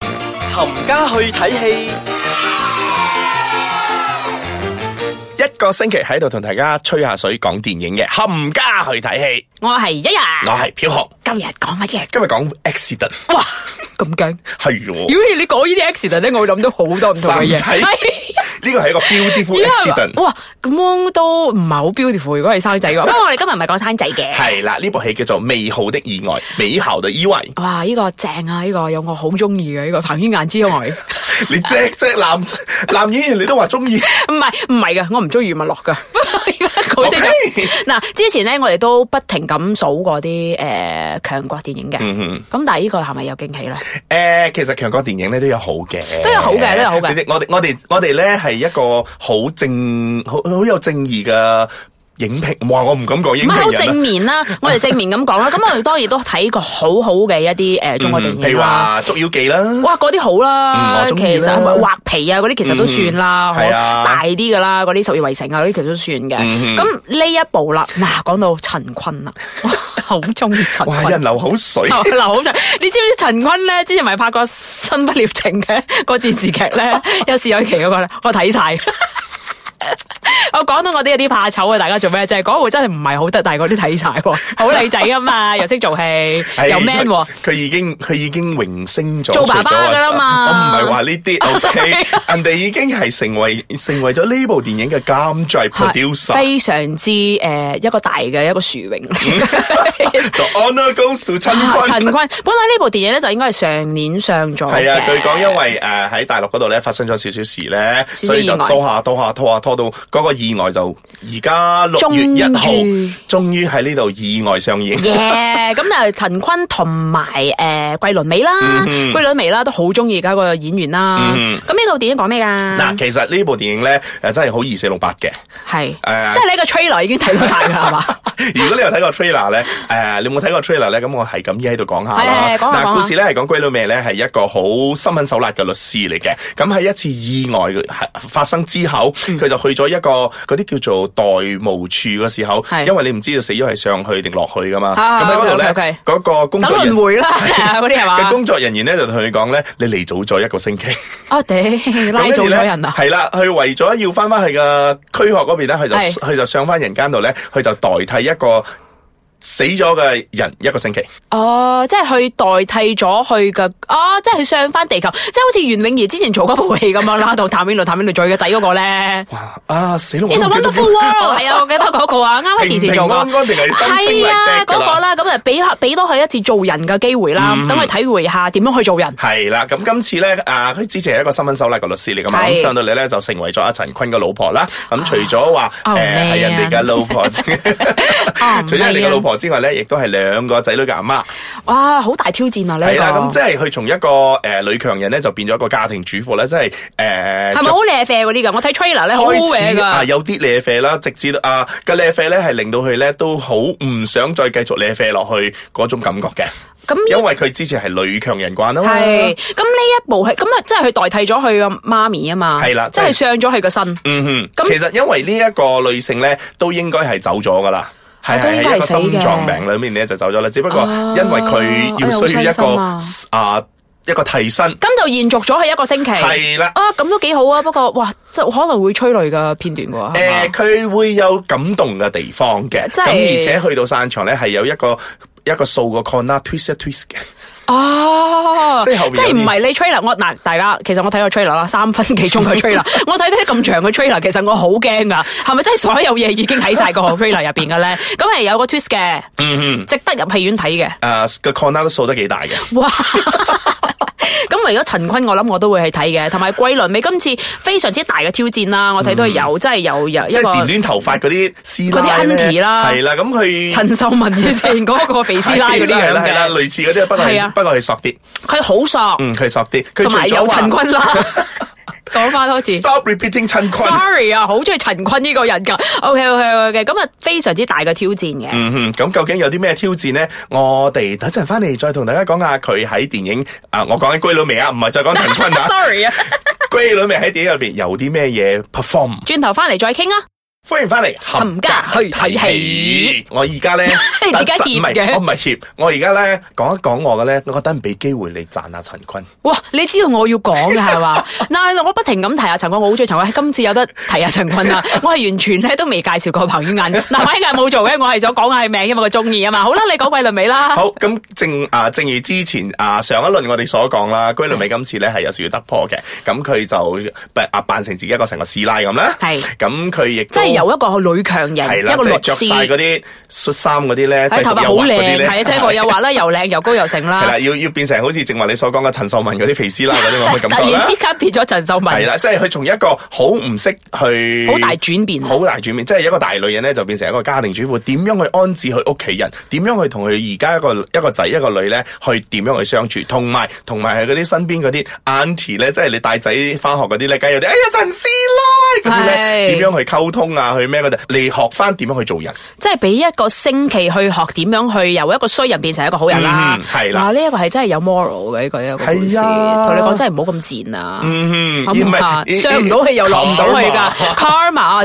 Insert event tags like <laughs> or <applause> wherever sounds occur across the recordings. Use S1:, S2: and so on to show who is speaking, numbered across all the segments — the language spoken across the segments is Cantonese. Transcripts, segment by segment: S1: 冚家去睇戲。
S2: 一個星期喺度同大家吹下水講電影嘅，冚家去睇戲。
S3: 我係一
S2: 我
S3: 日，
S2: 係飄紅，
S3: 今日講乜嘢？哦
S2: 今日講 accident
S3: 哇，咁驚！
S2: 係喎，
S3: 屌你講呢啲 accident 咧，我會諗到好多唔同嘅嘢。
S2: 神仔
S3: 係
S2: 呢個係一個 beautiful
S3: 因為
S2: accident。
S3: 哇，咁都唔係好 beautiful。如果係生仔嘅 <laughs> 話，不過我哋今日唔係講生仔嘅。
S2: 係啦，呢部戲叫做《美好的意外》，美好的意
S3: <laughs>
S2: 外。
S3: 哇！呢、個正啊，呢、個有我好中意嘅呢個彭于晏之 <laughs> 外，唔
S2: 你隻隻男男演員你都話中意，
S3: 係唔係嘅，我唔中意余文樂 <laughs> 噶。好正啊
S2: OK
S3: 嗱，之前咧我哋都不停咁數過啲誒強國電影嘅，咁、
S2: 嗯
S3: 但係呢個係咪有驚喜咧？
S2: 誒、其實強國電影咧都有好嘅，
S3: 都有好嘅都有好嘅
S2: 你哋我哋我哋我哋咧係一個好正好好有正義嘅影評，哇！我唔敢講影
S3: 唔係好
S2: 評人
S3: 正
S2: 啦。
S3: 面啦，我哋正面咁講啦。咁我哋當然都睇過好好嘅一啲誒、呃中國電
S2: 譬
S3: 影
S2: 如
S3: 啦。
S2: 話《捉妖記》啦，
S3: 哇，嗰啲好
S2: 嗯
S3: 啦，
S2: 我
S3: 其
S2: 鍾意
S3: 實
S2: 啦
S3: 畫皮啊嗰啲其實都算啦，
S2: 嗯係啊
S3: 可大啲噶啦，嗰啲十月圍城啊嗰啲其實都算嘅。
S2: 嗯
S3: 咁呢一部啦，嗱講到陳坤啦， <laughs> 哇好中意陳
S2: 哇！有
S3: <laughs>
S2: 人
S3: 坤。
S2: 流口水。
S3: 流流口水，你知唔知陳坤咧？之前咪拍過《新不了情》嘅個電視劇
S2: <laughs>
S3: 咧，有時有期嗰個咧，我睇晒。 <laughs> 我講到我啲有啲怕醜啊！大家做咩啫？嗰部真係唔係好得，但係我啲睇晒喎，好女仔噶嘛，又識做戲，
S2: 係
S3: 又 man
S2: 佢
S3: 喎。
S2: 佢已經佢已經榮升咗
S3: 做爸爸
S2: 除咗
S3: 㗎啦嘛
S2: 我唔係話呢
S3: <laughs>
S2: 啲，OK，
S3: sorry
S2: 人哋已經係成為成為咗呢部電影嘅監製 producer。
S3: 非常之誒、呃一個大嘅一個殊
S2: <laughs>
S3: 榮。
S2: The honor goes to 陳
S3: 啊
S2: 坤
S3: 陳。坤，本來呢部電影咧就應該係上年上咗
S2: 係啊，
S3: 嘅
S2: 據講因為誒喺大陸嗰度咧發生咗少少事咧，
S3: 少
S2: 所以就
S3: 意外
S2: 拖下拖下拖下拖到嗰個意外就而家六月一號
S3: 終於，
S2: 終於喺呢度意外上映。
S3: 耶！咁啊，陳坤同埋誒桂綸鎂啦，
S2: 嗯哼
S3: 桂綸鎂啦都好中意嘅一個演員啦。
S2: 嗯
S3: 咁呢套電影講咩㗎？
S2: 嗱，其實呢部電影咧誒真係好二四六八嘅。
S3: 係
S2: 誒
S3: 即係你個 trailer 已經睇到晒㗎係嘛？
S2: 如果你有睇過 trailer 咧，誒，你有冇睇過 trailer 咧？咁我係咁依喺度講下啦。
S3: 係係講下講下
S2: 故事咧係講鬼佬妹咧係一個好心狠手辣嘅律師嚟嘅。咁喺一次意外發生之後，
S3: 嗯
S2: 佢就去咗一個嗰啲叫做代務處嘅時候，
S3: 係
S2: 因為你唔知道死咗係上去定落去噶嘛。
S3: 啊
S2: 咁喺嗰度
S3: OK，OK，OK
S2: 咧，嗰個 <laughs> 工
S3: 等
S2: 作人
S3: 輪回啦，即係嗰啲係
S2: 嘅 <laughs>
S3: 嘛？
S2: 工作人員咧就同佢講咧，你嚟早咗一個星期。
S3: 哦，頂拉早咗人啊！
S2: 係啦，佢為咗要翻翻去嘅區學嗰邊咧，佢就
S3: 係
S2: 佢就上翻人間度咧，佢就代替一個死咗嘅人一個星期。
S3: 哦，即係佢代替咗佢嘅，哦，即係佢上翻地球，即係好似袁詠儀之前做嗰部戲咁樣啦，同譚詠麟、譚詠麟做佢嘅仔嗰個
S2: <laughs>
S3: 咧。
S2: 哇！啊死咯！我
S3: It's a
S2: 都唔記得
S3: wonderful
S2: 咗
S3: world，係啊，我記得嗰個啊，啱喺電視做過
S2: 平平安。安定係心
S3: 係
S2: 聲
S3: 啊，
S2: 嚟
S3: 嗰個。啦，咁啊，俾俾多佢一次做人嘅機會啦，
S2: 嗯
S3: 等佢體會下點樣去做
S2: <laughs>
S3: 人。
S2: 係啦，咁今次咧，啊，佢之前係一個新聞手啦，個律師嚟噶嘛，
S3: 係
S2: 咁上到嚟咧就成為咗阿陳坤嘅老婆啦。咁除咗話誒
S3: Oh,
S2: 係人哋嘅老婆之，
S3: <laughs> 啊，唔
S2: 除咗人哋嘅
S3: 係
S2: 老
S3: 啊，
S2: 婆之外咧，亦都係兩個仔女嘅阿媽。
S3: 哇，好大挑戰啊呢
S2: 係啦，咁即
S3: 個。
S2: 係佢從一個誒女強人咧，就變咗一個家庭主婦咧，即係誒
S3: 係咪好靚啡嗰啲㗎？我睇 trailer 咧好好
S2: 開
S3: 嘢
S2: 始啊
S3: 㗎。
S2: 有啲瀨啡啦，直至到啊嘅瀨啡咧係令到佢咧都好唔想再繼續瀨啡落去嗰種感覺嘅，
S3: 咁
S2: 因為佢之前係女強人慣啊嘛。
S3: 係，咁呢一部係咁啊，即係佢代替咗佢嘅媽咪啊嘛，
S2: 係啦
S3: 即係
S2: 即係
S3: 上咗佢個身，
S2: 嗯哼，
S3: 咁
S2: 其實因為呢一個女性咧，都應該係走咗噶啦。係
S3: 啊都
S2: 係
S3: 應該
S2: 係一
S3: 係
S2: 個
S3: 死嘅
S2: 心臟病裏面咧就走咗啦，只不過
S3: 哦
S2: 因為佢要需要一
S3: 哎
S2: 個
S3: 呀好傷
S2: 啊一個替身，
S3: 咁就延續咗佢一個星期。
S2: 係啦。
S3: 啊，咁都幾好啊，不過哇，即係可能會催淚嘅片段喎。係嘛
S2: 誒，佢、會有感動嘅地方嘅，
S3: 即
S2: 咁
S3: 係
S2: 而且去到散場咧，係有一個一個數個 corner twist 一 twist 嘅，
S3: 哦，
S2: 即係後邊
S3: 即係唔係你 trailer，我嗱大家，其實我睇過 trailer 啦，三分幾鐘嘅 trailer，
S2: <laughs>
S3: 我睇啲咁長嘅 trailer，其實我好驚噶，係咪真係所有嘢已經喺晒個 trailer 入邊嘅咧？咁係有個 twist 嘅，
S2: <laughs> 嗯嗯，
S3: 值得入戲院睇嘅。
S2: 誒個 corner 都數得幾大嘅，
S3: 哇！ <laughs> 咁為咗陳坤，我諗我都會去睇嘅，同埋桂綸鎂今次非常之大嘅挑戰啦，我睇到有真係有有
S2: 嗯
S3: 一
S2: 即係
S3: 個
S2: 電攣頭髮嗰啲師奶
S3: 嗰啲 auntie
S2: 咧，
S3: 啦
S2: 係啦，咁佢
S3: 陳秀文以前嗰個肥師奶嗰啲
S2: 係啦係啦，
S3: 樣嘅，
S2: 類似嗰啲，不過
S3: 係啊
S2: 係不過係索啲，
S3: 佢好索，
S2: 嗯，佢索啲，佢
S3: 同
S2: 除
S3: 埋有
S2: 咗話
S3: 陳坤
S2: <laughs>
S3: 啦。講翻多次。
S2: stop repeating <laughs> 陳坤。
S3: Sorry 啊，好中意陳坤呢個人噶。OK OK OK，咁啊非常之大嘅挑戰嘅。 <laughs>
S2: 嗯哼，咁究竟有啲咩挑戰呢？我哋等陣翻嚟再同大家講下佢喺電影啊，我講緊龜佬未啊，唔係再講陳
S3: <laughs>
S2: 坤啊，
S3: Sorry 啊，
S2: 龜佬未喺電影入邊有啲咩嘢 perform。
S3: 轉頭翻嚟再傾啊。
S2: 欢迎翻嚟，
S3: 冚家去睇戲。，
S2: 我而家咧
S3: <laughs> 而家怯
S2: 唔
S3: 嘅
S2: 係我唔係怯，我而家咧講一講我嘅咧，我覺得唔俾機會你讚下陳坤。
S3: 哇！你知道我要講嘅係嘛？ <laughs> 嗱，我不停咁提下陳坤，我好中意陳坤，今次有得提下陳坤啦。 <laughs> 我係完全咧都未介紹過彭于晏， <laughs> 嗱，彭于晏冇做嘅，我係想講下佢名，因為我中意啊嘛。好啦，你講桂綸鎂啦。
S2: 好，咁正啊，正如之前啊上一輪我哋所講
S3: 嗯
S2: 啦，龜苓美今次咧係有少少突破嘅，咁佢就扮啊扮成自己一個成個師奶咁啦，
S3: 係
S2: 咁佢亦
S3: 即
S2: 都
S3: 係由一個女強
S2: 係
S3: 人，
S2: 啦，
S3: 一個
S2: 即
S3: 律
S2: 係着晒嗰
S3: 師，
S2: 啲恤衫嗰啲咧，
S3: 喺
S2: 制
S3: 頭
S2: 服
S3: 髮
S2: 誘
S3: 好
S2: 惑嗰啲
S3: 靚，
S2: 咧，
S3: 係啊，即係我又啊話啦，又靚又高又盛
S2: 係
S3: 啦
S2: 啦，。要要變成好似正話你所講嘅陳秀文嗰啲肥師奶嗰啲，我可以咁
S3: <laughs> 突
S2: 講
S3: 然
S2: 啦
S3: 之。間變咗陳秀
S2: 系
S3: 文，
S2: 啦，即係佢從一個好唔識去
S3: 好大啊轉變。
S2: 好大轉變，即係一個大女人咧就變成一個家庭主婦，點樣去安置佢屋企人，點樣去同佢而家一個一個仔一個女咧去點樣去相處，同埋同埋係嗰啲身邊嗰啲 auntie 咧，即係你帶仔翻學嗰啲咧，梗係有啲哎呀陳師奶嗰啲
S3: 係
S2: 咧，點樣去溝通啊，去咩嗰啲，你學翻點樣去做人。
S3: 即係俾一個星期去學點樣去由一個衰人變成一個好人啦
S2: 嗯。係啦
S3: 嗱呢一個係真係有 moral 嘅呢個一個故事。
S2: 係啊
S3: 同你講真係唔好咁賤啊！
S2: 嗯
S3: 好唔好啊上唔到去又落唔到去
S2: <laughs>
S3: 㗎。Karma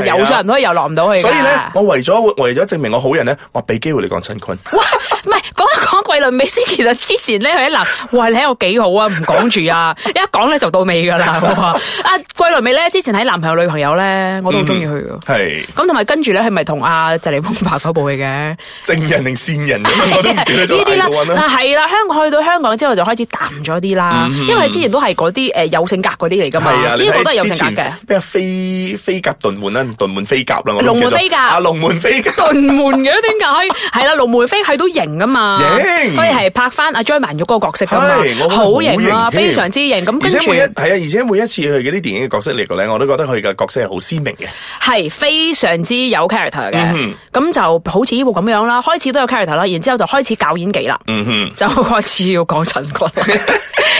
S2: 係啊
S3: 有上唔到去又落唔到去㗎。
S2: 所以咧，我為咗為咗證明我好人咧，我俾機會你講陳坤。
S3: 唔係講一講桂綸鎂先，其實之前咧佢喺嗱，哇你喺度幾好啊，唔講住啊，一講咧就到尾
S2: <laughs>
S3: 㗎啦。我話啊桂綸鎂咧，之前喺男朋友女朋友咧，我都好
S2: 嗯
S3: 中意佢㗎。
S2: 係
S3: 咁同埋跟住咧，係咪同阿謝霆鋒拍嗰部戲嘅？
S2: 證人定線
S3: <laughs>
S2: 人， <laughs> 啊我都唔
S3: 啊呢
S2: 記得咗啊
S3: 啲啦
S2: 嗌到，揾啦。
S3: 嗱係啦，香港去到香港之後就開始淡咗啲啦，因為之前都係嗰啲诶有性格嗰啲嚟噶嘛，
S2: 嗯係啊，
S3: 呢
S2: 你
S3: 個都係
S2: 睇
S3: 有
S2: 之
S3: 性格嘅
S2: 前。咩飛飛鴿遁門啦，遁門飛鴿啦，我都
S3: 龍門
S2: 叫做
S3: 飛鴿
S2: 啊，龍門飛鴿。
S3: 遁門嘅點解？係啦，龍梅飛係都型啊嘛，
S2: 型
S3: 佢係拍翻阿張曼玉嗰個角色噶嘛
S2: 係我覺，得
S3: 好型啊，
S2: 好型添
S3: 非常之型。咁
S2: 而
S3: 跟
S2: 且
S3: 住
S2: 每一係啊，而且每一次佢嗰啲電影嘅角色嚟講咧，我都覺得佢嘅角色係好鮮明嘅。
S3: 係非常之有 character 嘅
S2: 嗯，
S3: 咁就好似呢部咁樣啦，開始都有 character 啦，然之後就開始搞演技啦。
S2: 嗯哼
S3: 就開始要講陳
S2: <laughs>
S3: 坤。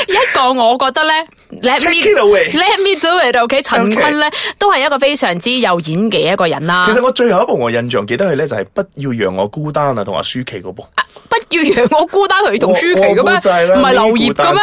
S3: 一個我覺得咧，Let
S2: Take it
S3: me
S2: away
S3: Let me do it，OK？、陳
S2: OK
S3: 坤咧都係一個非常之有演技嘅一個人啦
S2: 其。實我最後一部我印象記得佢咧就係不要讓我孤單啊，同阿舒淇嗰部。
S3: 啊不要讓我孤單，佢同舒淇嘅咩？
S2: 我我估就係啦
S3: 唔係劉燁嘅
S2: 孤
S3: 咩
S2: 單？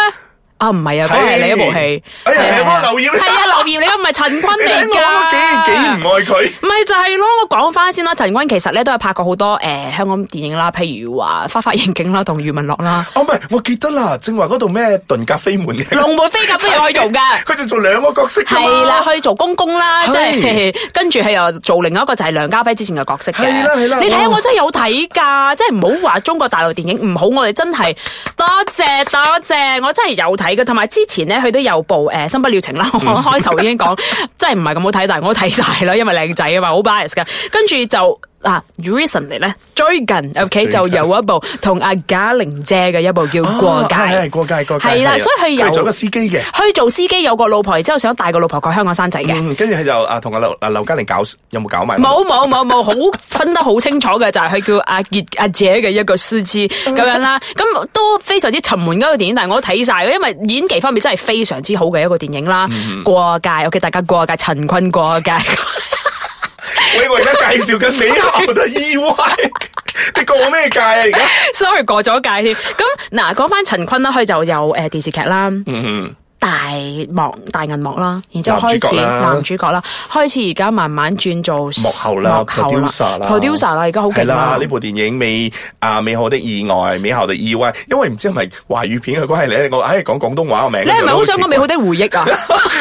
S3: 啊，唔係啊，嗰個係
S2: 係
S3: 你一部戲。
S2: 哎呀係啊
S3: 啊
S2: 劉燁
S3: 係啊，劉燁，你唔係陳坤
S2: <laughs> 你
S3: 嚟
S2: 睇哎我
S3: 㗎。
S2: 幾幾唔愛佢。
S3: 咪就係咯，我講翻先啦。陳坤其實咧都係拍過好多誒、呃香港電影啦，譬如話《花花刑警》啦，同余文
S2: <laughs>
S3: 樂啦，
S2: 哦，唔係，我記得啦，正話嗰度咩遁甲飛門嘅，
S3: 《龍門飛鴿》都有去做
S2: <laughs>
S3: 㗎。
S2: 佢就做兩個角色㗎嘛
S3: 係啦，去做公公啦，即
S2: 係
S3: 係 <laughs> 跟住佢又做另一個就係梁家輝之前嘅角色嘅。
S2: 係啦係啦哦
S3: 你睇下
S2: 哇
S3: 我真係有睇㗎，即係唔好話中國大陸電影唔好，我哋真係多謝多謝，我真係有睇嘅。同埋之前咧，佢都有部誒《新不了情》啦， <laughs> 我開頭已經講， <laughs> 真係唔係咁好睇，但係我都睇晒啦，因為靚仔啊嘛，好 bias 嘅。跟住就。啊，recently 咧，最近 OK
S2: 最近
S3: 就有一部同阿嘉玲姐嘅一部叫《過界》。
S2: 啊係係過界過界，
S3: 係啦
S2: 係啊
S3: 所以佢有
S2: 佢做一個司機嘅。
S3: 去做司機有個老婆，然之後想帶個老婆過香港生仔嘅。
S2: 嗯，跟住佢就啊同阿劉啊劉嘉玲搞有冇搞埋？
S3: 冇冇冇冇，好分得好清楚嘅就係佢叫阿杰阿姐嘅一個書枝
S2: 嗯
S3: 咁樣啦，咁都非常之沉悶嗰個電影，但係我都睇晒嘅，因為演技方面真係非常之好嘅一個電影啦。
S2: 嗯
S3: 過界，OK，大家過界，陳坤過界， <laughs>
S2: 喂，我而家介紹緊美校嘅意外，你過咩界啊？而家
S3: sorry 過咗界添。咁嗱，講翻陳坤啦，佢就有誒電視劇啦。
S2: 嗯
S3: 大幕大銀幕啦，然之
S2: 男主
S3: 後開始
S2: 角啦
S3: 男主角啦，開始而家慢慢轉做
S2: 幕後啦
S3: 幕後
S2: producer 啦
S3: producer 啦，而家好
S2: 係
S3: 勁
S2: 啦
S3: 啦，
S2: 呢。部電影美啊美好的意外，美校的意外，因為唔知係咪華語片嘅關係咧，我唉講廣東話個名，
S3: 你係咪好想講美好的回憶啊？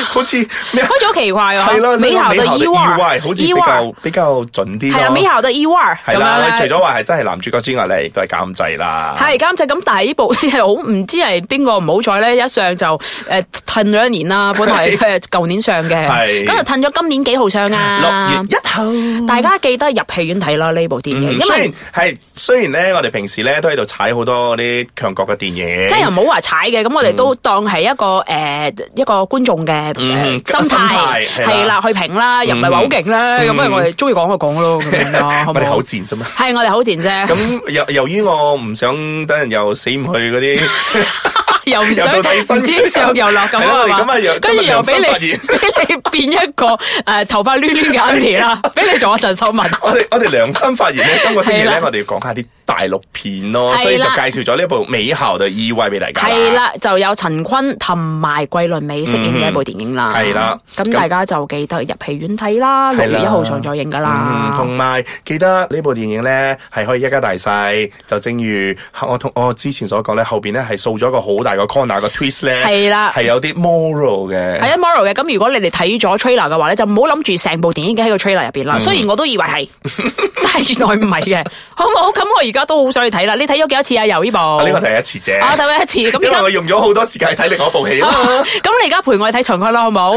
S2: 好似咩啊？
S3: 開咗好奇怪啊！
S2: 係啦，
S3: 美
S2: 即係
S3: 校
S2: 美校
S3: 嘅
S2: 的
S3: E
S2: 意
S3: Y，
S2: 外好似比較比較準啲
S3: 係啦，
S2: 咯。
S3: 美校嘅 E Y
S2: 係
S3: 咁
S2: 啦，你
S3: 樣
S2: 除
S3: 咧。
S2: 咗話係真係男主角之外咧，亦都係監製啦。
S3: 係監製咁，但係呢部係 <laughs> 好唔知係邊個唔好彩咧，一上就誒褪咗一年
S2: <laughs>
S3: 啦，本來係舊年上嘅，
S2: 係
S3: 咁就褪咗今年幾號上
S2: 六
S3: 啊
S2: 月？一號。
S3: 大家記得入戲院睇啦呢部電影，
S2: 嗯
S3: 因
S2: 雖
S3: 為
S2: 然係雖然咧，我哋平時咧都喺度踩好多嗰啲強國嘅電影，
S3: 即係又唔好話踩嘅，咁我
S2: 嗯
S3: 哋都當係一個誒一個觀眾嘅誒
S2: 嗯
S3: 心
S2: 心態係
S3: 態
S2: 啦嗯
S3: 係啦，去評啦，又唔係話好勁啦，咁啊我哋中意講就講咯，咁
S2: <laughs>
S3: 樣咯，好
S2: 我
S3: 唔
S2: 哋
S3: 好
S2: 口？賤
S3: <laughs>
S2: 啫嘛。
S3: 係我哋口賤啫。
S2: 咁由由於我唔想等人又死唔去嗰啲
S3: <laughs> 又唔想
S2: 又做替身
S3: 唔知上又 <laughs> 落咁
S2: 係啦
S3: 啊
S2: 我哋
S3: 係
S2: 咁啊又
S3: 嘛，跟住
S2: 今日
S3: 又俾你
S2: 良心
S3: 俾你變一個呃诶头发挛挛嘅
S2: <laughs>
S3: Auntie 啦，俾你做一陣秀文。
S2: <laughs> 我哋我哋良心發言咧，
S3: <laughs>
S2: 今個星期
S3: 係
S2: 咧
S3: 啦，
S2: 我哋要講下啲大陸片咯，
S3: 係啦
S2: 所以就介紹咗呢部《美校》嘅意外俾大家。
S3: 係，啦，就有陳坤同埋桂綸鎂飾演嘅一部電影啦。
S2: 嗯係啦
S3: 咁
S2: 咁
S3: 大家就記得入戲院睇啦，六
S2: 係啦
S3: 月一號上咗映噶
S2: 嗯，同
S3: 啦。
S2: 埋記得呢部電影咧係可以一家大細，就正如我同我之前所講咧，後邊咧係掃咗一個好大個 corner 個 twist 咧，
S3: 係啦
S2: 係有啲 moral 嘅，
S3: 係啊，moral 嘅。咁如果你哋睇咗 trailer 嘅話咧，就唔好諗住成部電影已經喺個 trailer 入邊
S2: 嗯
S3: 啦。雖然我都以為係， <laughs> 但係原來唔係嘅，好唔好？咁我而家都好想去睇啦。你睇咗幾多次啊？由呢部？
S2: 我呢個第一次啫。
S3: 哦我睇哦咗一次。咁
S2: 因為
S3: 而家
S2: 我用咗好多時間去睇另外一部
S3: <laughs>
S2: 戲啊嘛。
S3: 咁你而家陪我去睇秦軍 <laughs> 啦，好唔好？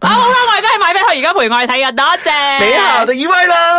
S3: 啊好啦，我而家去買飛，佢而家陪我去睇嘅，多謝。
S2: 美好的意外啦。